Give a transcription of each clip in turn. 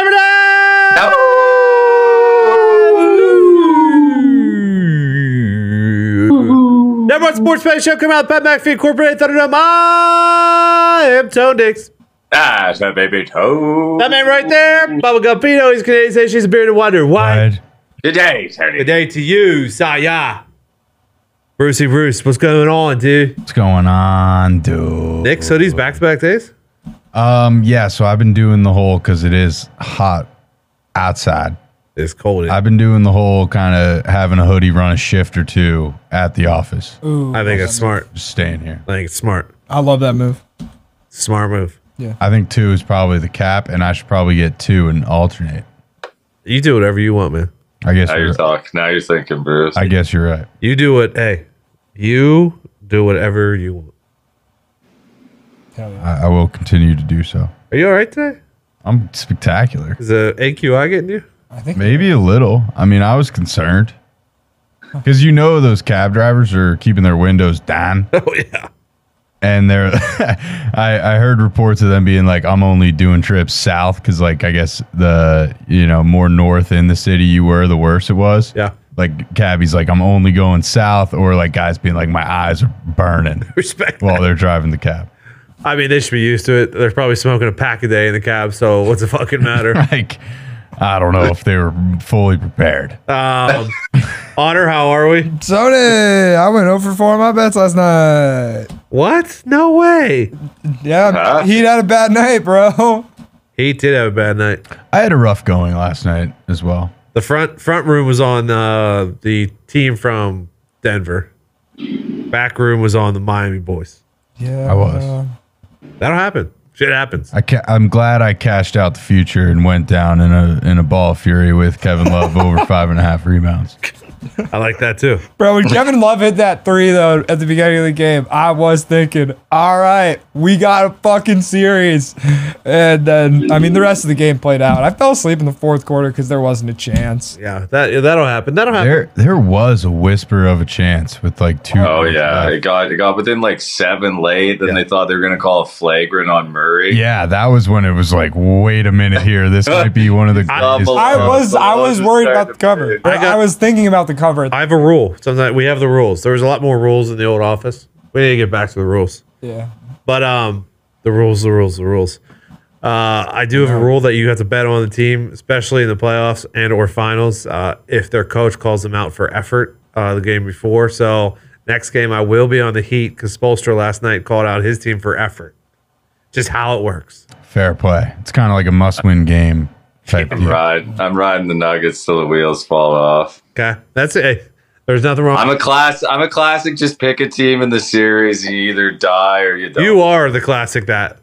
Ah, Smart Sports Betting Show coming out of Pat McAfee Incorporated Thunderdome. I am Tone Dix. Ah, it's that baby toe. That man right there, Bubba Gumpino. He's Canadian station. He's a bearded wonder. Why? Right. Today, Tony. Good day to you, Saya. Brucey Bruce, what's going on, dude? What's going on, dude? Nick, so these back to back days? Um, yeah. So I've been doing the whole because it is hot outside. It's cold. in- I've been doing the whole kind of having a hoodie run a shift or two at the office, I think it's smart. just staying here. I think it's smart. I love that move. Smart move. I think two is probably the cap, and I should probably get two and alternate. You do whatever you want, man. I guess. Now you're You're, talking. Now you're thinking, Bruce. I guess you're right. You do what, hey, you do whatever you want. Hell yeah. I, I will continue to do so. Are you all right today? I'm spectacular. Is the AQI getting you? I think Maybe a little. I mean, I was concerned because you know those cab drivers are keeping their windows down. Oh, yeah. and they're I, I heard reports of them being like i'm only doing trips south because like i guess the you know more north in the city you were the worse it was Yeah. like cabbies like i'm only going south or like guys being like my eyes are burning Respect. while they're driving the cab I mean, they should be used to it. They're probably smoking a pack a day in the cab, so what's the fucking matter? like i don't know if they were fully prepared Um, Honor, how are we? Tony, I went over four of my bets last night. What? No way. Yeah, Huh? he had a bad night, bro. He did have a bad night. i had a rough going last night as well The front front room was on uh, the team from Denver. Back room was on the Miami boys. Yeah, I was. That'll happen. Shit happens. I ca- I'm glad I cashed out the future and went down in a in a ball of fury with Kevin Love over five and a half rebounds. I like that too. Bro, when Kevin Love hit that three though at the beginning of the game, I was thinking, all right, we got a fucking series. And then I mean the rest of the game played out. I fell asleep in the fourth quarter because there wasn't a chance. Yeah, that that'll happen. That'll happen. There, there was a whisper of a chance with like two. Oh yeah, it left. got it got within like seven late. Then they thought they were gonna call a flagrant on Murray. yeah. That was when it was like, wait a minute here, this might be one of the greatest. Double- I Uh, was the I Love was is worried about starting the to cover. play. I, I got- was thinking about the cover. I have a rule. Sometimes we have the rules. There was a lot more rules in the old office. We need to get back to the rules. yeah. But um, the rules, the rules, the rules. Uh, I do have a rule that you have to bet on the team, especially in the playoffs and or finals, uh, if their coach calls them out for effort uh, the game before. So next game, I will be on the Heat because Spolstra last night called out his team for effort. Just how it works. Fair play. It's kind of like a must-win game type I'm deal. riding. I'm riding the Nuggets till the wheels fall off. Okay, that's it. Hey, there's nothing wrong. I'm a class. I'm a classic. Just pick a team in the series. You either die or you don't. you are the classic that,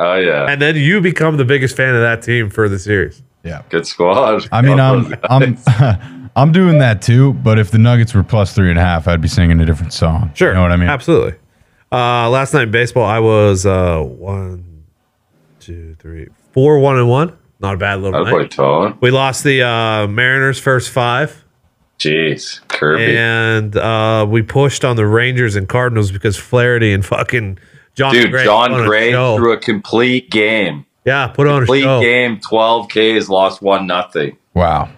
oh yeah, and then you become the biggest fan of that team for the series. Yeah. good squad. I mean, um, Love I'm, those I'm, guys. I'm doing that too. But if the Nuggets were plus three and a half, I'd be singing a different song. Sure. You know what I mean? Absolutely. Uh, last night in baseball, I was uh, one, two, three, four, one and one. Not a bad little Oh, boy, night. Tone. We lost the uh, Mariners first five, Jeez, Kirby. and uh, we pushed on the Rangers and Cardinals because Flaherty and fucking John Dude, Gray put John on a Gray show. threw a complete game. yeah, put on a Complete show. game, 12 Ks, lost one nothing. Wow.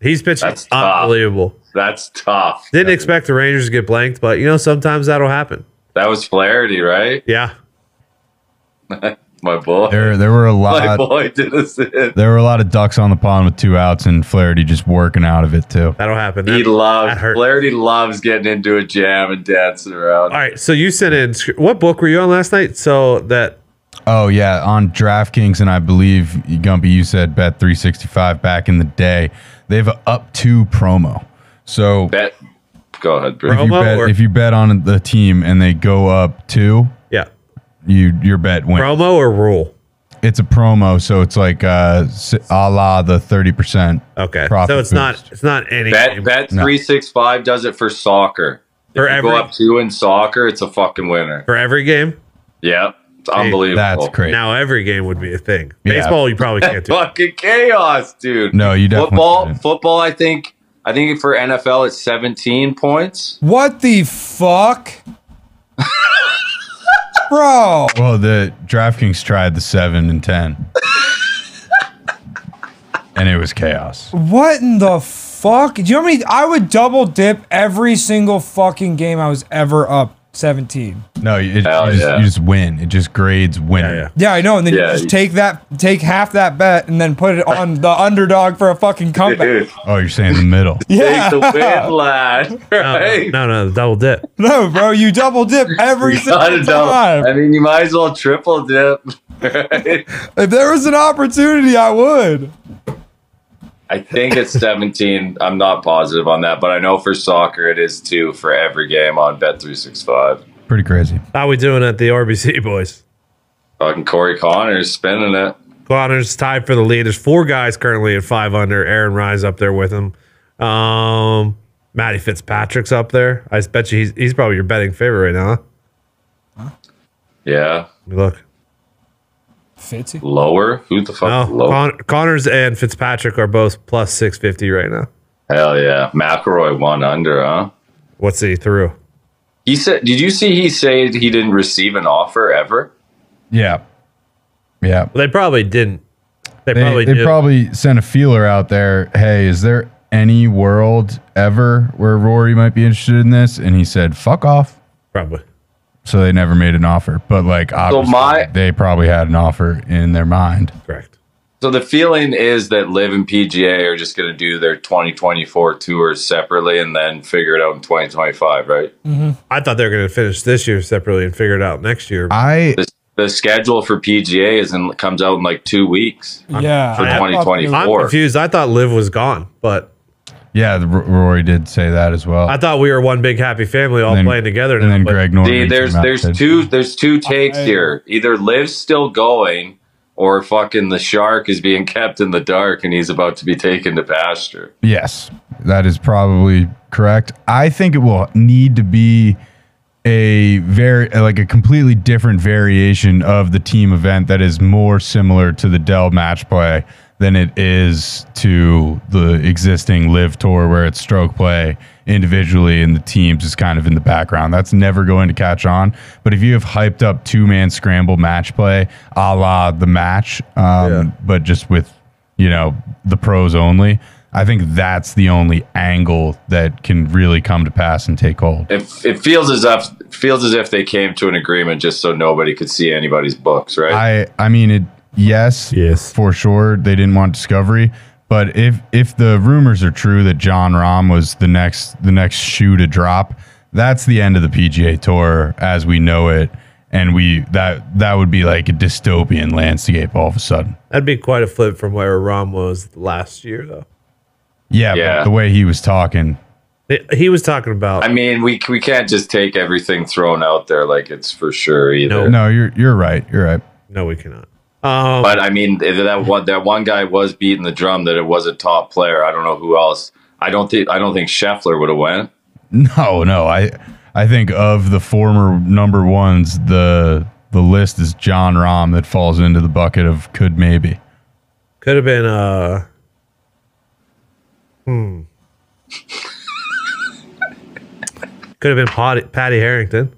He's pitching That's tough. unbelievable. That's tough. Didn't expect the Rangers to get blanked, but you know sometimes that'll happen. That was Flaherty, right? Yeah, My boy. There, there were a My lot. boy did us in. There were a lot of ducks on the pond with two outs and Flaherty just working out of it too. that'll happen. He That- that loves hurt. Flaherty loves getting into a jam and dancing around. All right, so you sent in what book were you on last night? So that Oh yeah, on DraftKings and I believe Gumpy, you said bet three sixty five back in the day. They have a up to promo. So Bet. Go ahead, Bruce. Bro. if you promo bet or- if you bet on the team and they go up two, yeah, you your bet wins. promo or rule? It's a promo, so it's like uh, s- a la the thirty percent. Okay, Profit so it's not boost. it's not any Bet game. bet No. three six five does it for soccer. For if you every- go up two in soccer, it's a fucking winner. for every game. Yep. It's unbelievable. That's crazy. Now every game would be a thing. Yeah. Baseball, you probably can't do. Fucking chaos, dude. No, you definitely football didn't. football, I think I think for NFL it's seventeen points. What the fuck? bro. Well, the DraftKings tried the seven and ten, and it was chaos. What in the fuck? Do you know how many? I would double dip every single fucking game I was ever up 17. No, it, you, Hell just, yeah. you just win. It just grades winner. yeah. Yeah, I know. And then Yeah, you just you- take that, take half that bet, and then put it on the underdog for a fucking comeback. Dude, Oh, you're saying the middle. yeah. take the win, lad. Right? No, no, the double dip. No, bro, you double dip every You gotta single double- time. I mean, you might as well triple dip. right? If there was an opportunity, I would. I think it's 17. I'm not positive on that, but I know for soccer it is two for every game on Bet365. Pretty crazy. How we doing at the RBC, boys? Fucking Corey Connors spinning it. Connors tied for the lead. There's four guys currently at five under. Aaron Rye's up there with him. Um, Matty Fitzpatrick's up there. I bet you he's, he's probably your betting favorite right now. Huh? Yeah. Let me Look, Fitzy. Lower? Who the fuck? no, Lower? Con- Connors and Fitzpatrick are both plus six fifty right now. Hell yeah. McElroy one under, huh? What's he through? He said, did you see he said he didn't receive an offer ever? Yeah. Yeah. Well, they probably didn't. They, They, probably they did. probably sent a feeler out there. Hey, is there any world ever where Rory might be interested in this? And he said, fuck off. probably. So they never made an offer. But like, obviously, my- they probably had an offer in their mind. correct. So the feeling is that Live and PGA are just going to do their 2024 tours separately and then figure it out in 2025, right? I thought they were going to finish this year separately and figure it out next year. I The, the schedule for PGA is in, comes out in like two weeks. Yeah. For I thought 2024. I'm Or- confused. I thought Liv was gone, but yeah, the, R- Rory did say that as well. I thought we were one big happy family all And then- playing together. and now, then but Greg Norman. See, came there's out and there's said, two there's two takes I- here. Either Liv's still going, or fucking the shark is being kept in the dark and he's about to be taken to pasture. Yes, that is probably correct. I think it will need to be a very like a completely different variation of the team event that is more similar to the Dell match play than it is to the existing live tour where it's stroke play individually and the teams is kind of in the background. That's never going to catch on. But if you have hyped up two man scramble match play, a la the match, um, Yeah. but just with you know, the pros only. I think that's the only angle that can really come to pass and take hold. It, it feels as if feels as if they came to an agreement just so nobody could see anybody's books, right? I I mean it yes, Yes. for sure they didn't want discovery, but if if the rumors are true that John Rahm was the next the next shoe to drop, that's the end of the PGA Tour as we know it and we that that would be like a dystopian landscape all of a sudden. that'd be quite a flip from where Rom was last year, though. Yeah, Yeah. But the way he was talking, He- He was talking about. I mean, we we can't just take everything thrown out there like it's for sure either. Nope. no, you're you're right. You're right. no, we cannot. Um, But I mean, if that one that one guy was beating the drum that it was a top player. I don't know who else. I don't think I don't think Scheffler would have went. No, no. I I think of the former number ones, the the list is John Rahm that falls into the bucket of could maybe. could have been. Uh, hmm. could have been Patty, Patty Harrington.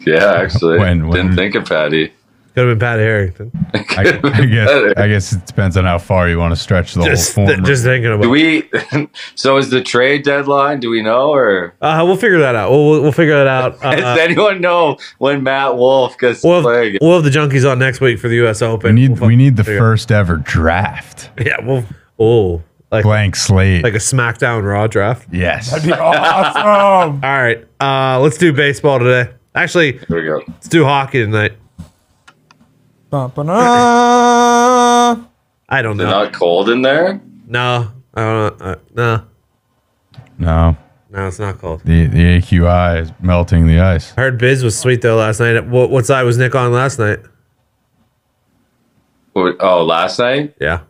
Yeah, actually, When- when- didn't think of Patty. Could have been Patty Harrington. Oh, I, I guess I guess it depends on how far you want to stretch the Just, whole form. just thinking about. Do we? so is the trade deadline? Do we know, or Uh, we'll figure that out. We'll, we'll, we'll figure that out. Uh, does anyone know when Matt Wolf gets we'll, playing? have, we'll have the junkies on next week for the U.S. Open. we need We'll we need the figure- first ever draft. Yeah, we'll. Oh, like Blank slate. like a SmackDown Raw draft. yes. That'd be awesome. All right, uh, let's do baseball today. Actually, There we go. let's do hockey tonight. Bum, ba, da. I don't They're know. not cold in there. No, I don't. know. Uh, no, No. no, it's not cold. The the AQI is melting the ice. I heard Biz was sweet though last night. What, what side was Nick on last night? Or- Oh, last night. Yeah.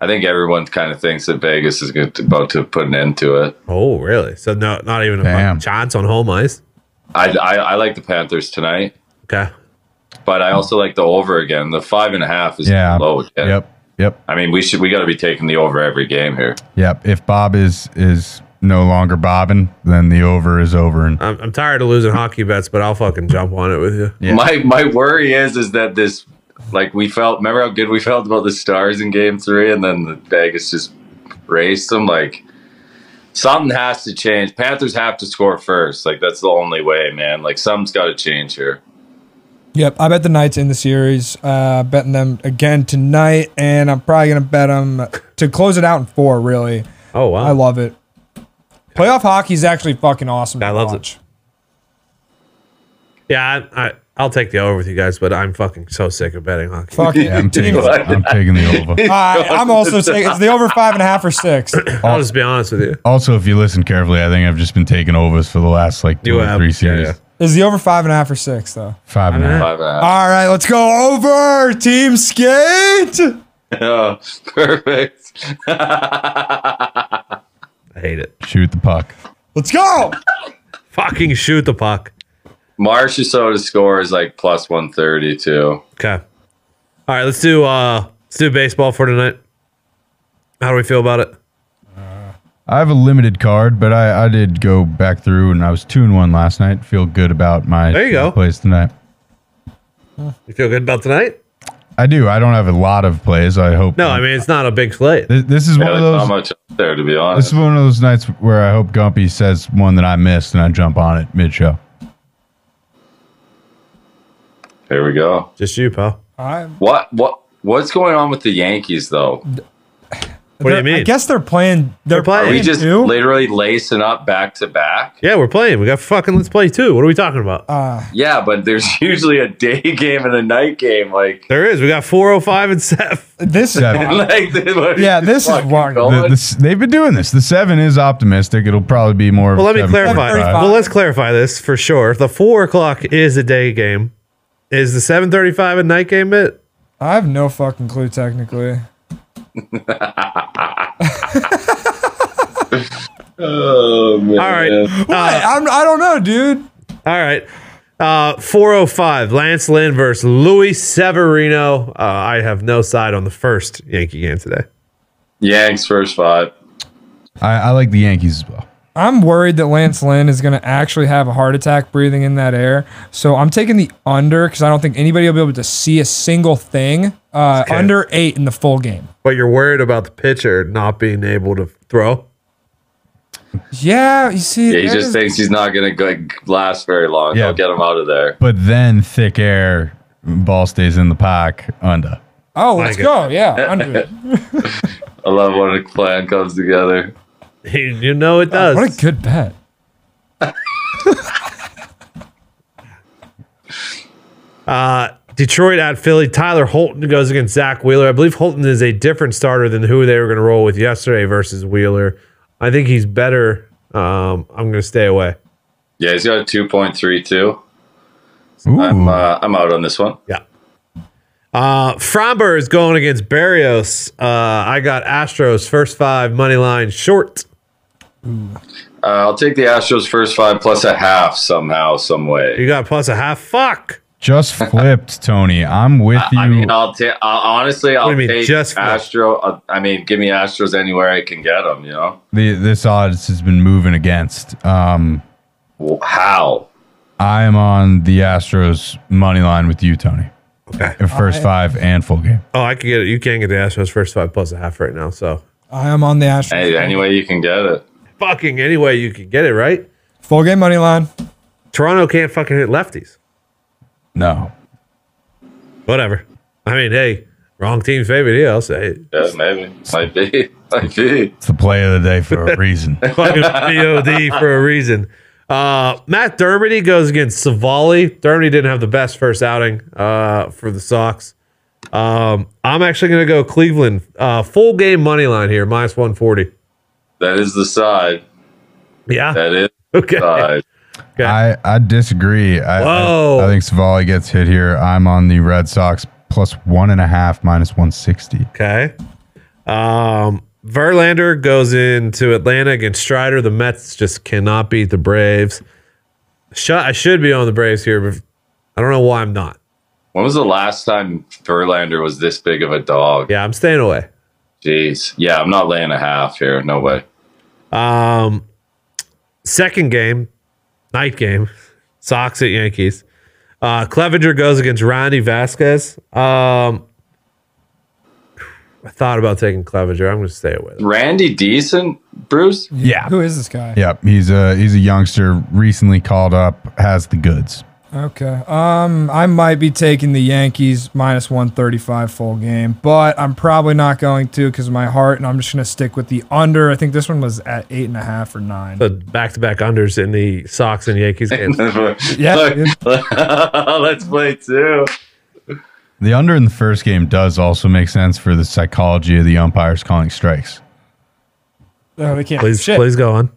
I think everyone kind of thinks that Vegas is good about to put an end to it. Oh, really? So no, not even a Damn. fucking chance on home ice. I, I I like the Panthers tonight, Okay. but I also like the over again. The five and a half is Yeah. low again. Yep. Yep. I mean, we should we got to be taking the over every game here. Yep. If Bob is is no longer bobbing, then the over is over and I'm, I'm tired of losing hockey bets, but I'll fucking jump on it with you. Yeah. My my worry is is that this like we felt remember how good we felt about the stars in game three and then the Vegas just raced them like something has to change. Panthers have to score first. Like that's the only way, man. Like something's got to change here. Yep, I bet the Knights in the series. Uh, betting them again tonight, and I'm probably gonna bet them to close it out in four. Really, Oh wow. I love it. Playoff hockey is actually fucking awesome. I to love it. watch. yeah, I, I I'll take the over with you guys, but I'm fucking so sick of betting hockey. Fuck Yeah, I'm it. taking, I'm taking the over. I, I'm also saying it's the over five and a half or six. I'll just be honest with you. Also, if you listen carefully, I think I've just been taking overs for the last like two You or have, three series. yeah. Is the over five and a half or six though? Five and a half. Five and a half. All right, let's go over team skate. Uh, Oh, perfect. I hate it. Shoot the puck. Let's go. Fucking shoot the puck. Marsh Soda score is like plus one thirty too. Okay. All right, let's do uh let's do baseball for tonight. How do we feel about it? I have a limited card, but I, I did go back through and I was two and one last night. Feel good about my There you go. plays tonight. You feel good about tonight? I do. I don't have a lot of plays. I hope. No, I mean it's not a big slate. This, this is one Yeah, of there's those. not much up there to be This honest. is one of those nights where I hope Gumpy says one that I missed and I jump on it mid show. Here we go. Just you, pal. All right. What what what's going on with the Yankees though? What do you They're- I mean? guess they're playing. They're, They're playing. Are playing. we just two? literally lacing up back to back? Yeah, we're playing. We got fucking let's play two. What are we talking about? Uh, Yeah, but there's usually a day game and a night game. Like, there is. We got 405 and Seth. this is Seven. like Yeah, this is wild. The- the s- they've been doing this. The seven is optimistic. It'll probably be more. of Well, a let me seven clarify. point five. 7:35. Well, let's clarify this for sure. The four o'clock is a day game. Is the 7:35 a night game? It. I have no fucking clue technically. oh, man. All right. I, Uh, I'm, I don't know, dude. all right. Uh, 405. Lance Lynn versus Luis Severino. Uh, I have no side on the first Yankee game today. Yanks first five. I, I like the Yankees as well. I'm worried that Lance Lynn is going to actually have a heart attack breathing in that air. So I'm taking the under because I don't think anybody will be able to see a single thing. Uh, Okay. Under eight in the full game. But you're worried about the pitcher not being able to throw. Yeah, you see. Yeah, he that just is- thinks he's not gonna go, last very long. Yeah. They'll get him out of there. But then thick air, ball stays in the pack under. oh, let's Like it. go. Yeah, under it. I love when a plan comes together. you know it does. Uh, What a good bet. Uh, Detroit at Philly. Tyler Holton goes against Zach Wheeler. I believe Holton is a different starter than who they were going to roll with yesterday versus Wheeler. I think he's better. Um, I'm going to stay away. Yeah, he's got a two point three two. Ooh, I'm uh, I'm out on this one. Yeah. Uh, Fromber is going against Barrios. Uh, I got Astros first five money line short. Uh, I'll take the Astros first five plus a half somehow, some way. You got plus a half. Fuck. just flipped, Tony. I'm with you. I mean, I'll take. Honestly, I'll do you mean, take just for- Astro. uh, I mean, give me Astros anywhere I can get them. You know the, this odds has been moving against. Um, Well, how? I am on the Astros money line with you, Tony. Okay. First five and full game. Oh, I can get it. You can get the Astros first five plus a half right now. So I am on the Astros. Any, any way you can get it. fucking any way you can get it, right? Full game money line. Toronto can't fucking hit lefties. No, whatever. I mean, hey, wrong team favorite here. I'll say it. Yeah, maybe. Might be. Might be. it's the play of the day for a reason. fucking POD for a reason. Uh, Matt Dermody goes against Savali. Dermody didn't have the best first outing uh, for the Sox. Um, I'm actually going to go Cleveland. Uh, full game money line here, minus 140. That is the side. Yeah. That is Okay. the side. I, I disagree. I, Whoa. I, I think Savali gets hit here. I'm on the Red Sox plus one and a half, minus 160. Okay. Um, Verlander goes into Atlanta against Strider. The Mets just cannot beat the Braves. Sh- I should be on the Braves here, but I don't know why I'm not. When was the last time Verlander was this big of a dog? Yeah, I'm staying away. Jeez. Yeah, I'm not laying a half here. No way. Um, second game, night game, Sox at Yankees. Uh, Clevenger goes against Ronnie Vasquez. Um, I thought about taking Clevenger. I'm going to stay away. Randy Decent, Bruce? Yeah. Who is this guy? Yep. He's a he's a youngster, recently called up, has the goods. Okay. Um, I might be taking the Yankees minus 135 full game, but I'm probably not going to because of my heart, and I'm just going to stick with the under. I think this one was at eight and a half or nine. The back-to-back unders in the Sox and Yankees game. Yeah, let's play two. The under in the first game does also make sense for the psychology of the umpires calling strikes. Oh, they can't. Please, Shit. please go on.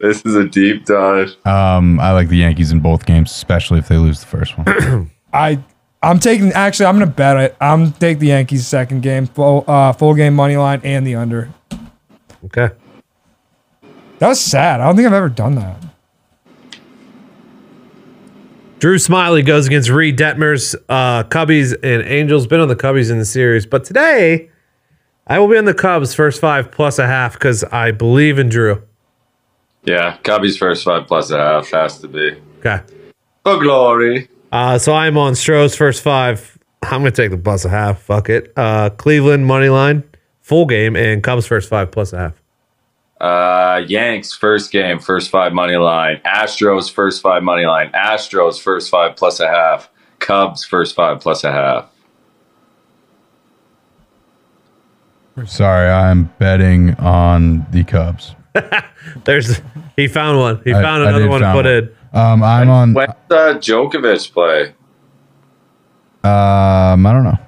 This is a deep dive. Um, I like the Yankees in both games, especially if they lose the first one. I I'm taking actually I'm gonna bet it. I'm take the Yankees second game full uh full game money line and the under. Okay. That was sad. I don't think I've ever done that. Drew Smiley goes against Reed Detmers, uh, Cubbies, and Angels. Been on the Cubbies in the series, but today I will be on the Cubs first five plus a half because I believe in Drew. Yeah, Cubby's first five plus a half has to be. Okay. For glory. Uh, so I'm on Stroh's first five. I'm going to take the plus a half. Fuck it. Uh, Cleveland money line, full game, and Cubs first five plus a half. Uh, Yanks first game, first five money line. Astros first five money line. Astros first five plus a half. Cubs first five plus a half. Sorry, I'm betting on the Cubs. There's he found one. He I- found I another did one to found put one. in. Um, I'm on. When's uh, Djokovic play? Um, I don't know.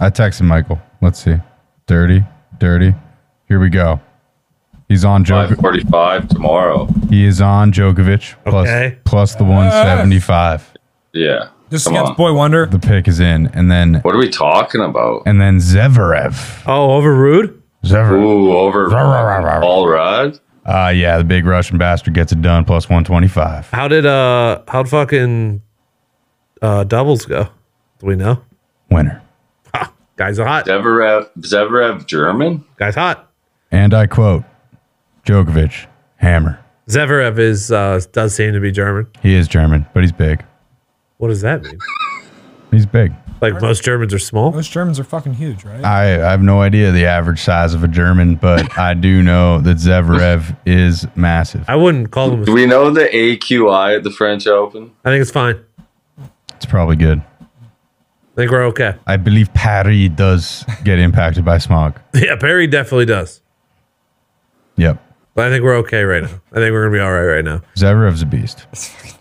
I texted Michael. Let's see. Dirty, dirty. Here we go. He's on Five Djokovic. forty-five tomorrow. He is on Djokovic plus Okay. plus the 175. Yeah, Just come against on. Boy Wonder. The pick is in, and then What are we talking about? and then Zverev. Oh, over Rude? Zverev. Ooh, over All right. Uh, yeah, the big Russian bastard gets it done plus 125. How did uh how'd fucking uh doubles go? Do we know? Winner. Guys are hot. Zverev, Zverev, German. Guys hot. And I quote Djokovic, hammer. Zverev is uh, does seem to be German. He is German, but he's big. What does that mean? He's big. Like most Germans are small. Those Germans are fucking huge, right? I, I have no idea the average size of a German, but I do know that Zverev is massive. I wouldn't call them. Do A, we know the AQI at the French Open? I think it's fine. It's probably good. I think we're okay. I believe Paris does get impacted by smog. Yeah, Perry definitely does. Yep. But I think we're okay right now. I think we're gonna be all right right now. Zverev's a beast.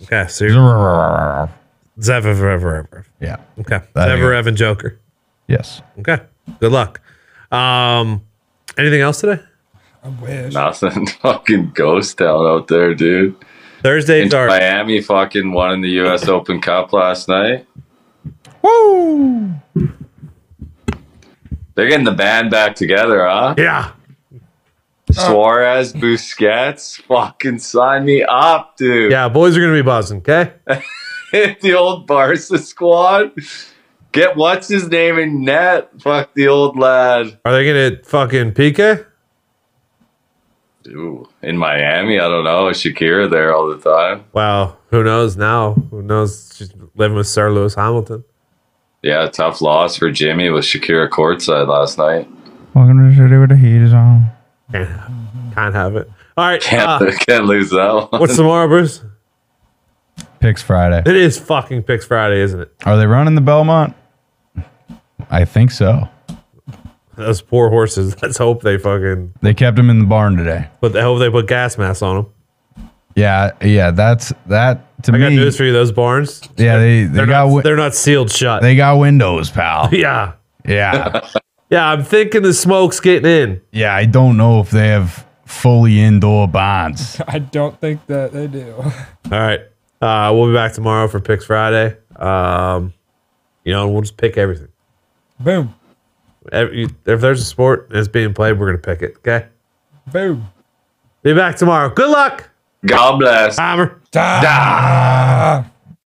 Okay, so you're- Yeah. Zverev. Okay, Zverev and Joker. Yes. Okay, good luck. Um, anything else today? I wish. Nothing. Fucking ghost town out there, dude. Thursdays And are Miami fucking won in the U.S. Open Cup last night. Woo! They're getting the band back together, huh? yeah. Suarez, Busquets, fucking sign me up, dude. Yeah, boys are gonna be buzzing. Okay, Hit the old Barca squad. Get what's his name in net. Fuck the old lad. are they gonna fucking PK? Ooh, in Miami, I don't know. Shakira there all the time. Wow, who knows now? Who knows? She's living with Sir Lewis Hamilton. Yeah, tough loss for Jimmy with Shakira courtside last night. Welcome to the city where the heat is on. Can't have it. All right. Can't, Uh, can't lose that one. what's tomorrow, Bruce? Picks Friday. It is fucking Picks Friday, isn't it? Are they running the Belmont? I think so. Those poor horses. Let's hope they fucking. They kept him in the barn today. But I hope they put gas masks on them. Yeah, yeah, that's that to I me. got news for you. Those barns, yeah, they, they're they not got wi- they're not sealed shut. they got windows, pal. yeah, Yeah. yeah. I'm thinking the smoke's getting in. yeah, I don't know if they have fully indoor bonds. I don't think that they do. All right. Uh, we'll be back tomorrow for Picks Friday. Um, you know, we'll just pick everything. boom, Every, if there's a sport that's being played, we're gonna pick it. Okay. boom. Be back tomorrow. Good luck, God bless. Hammer. Da.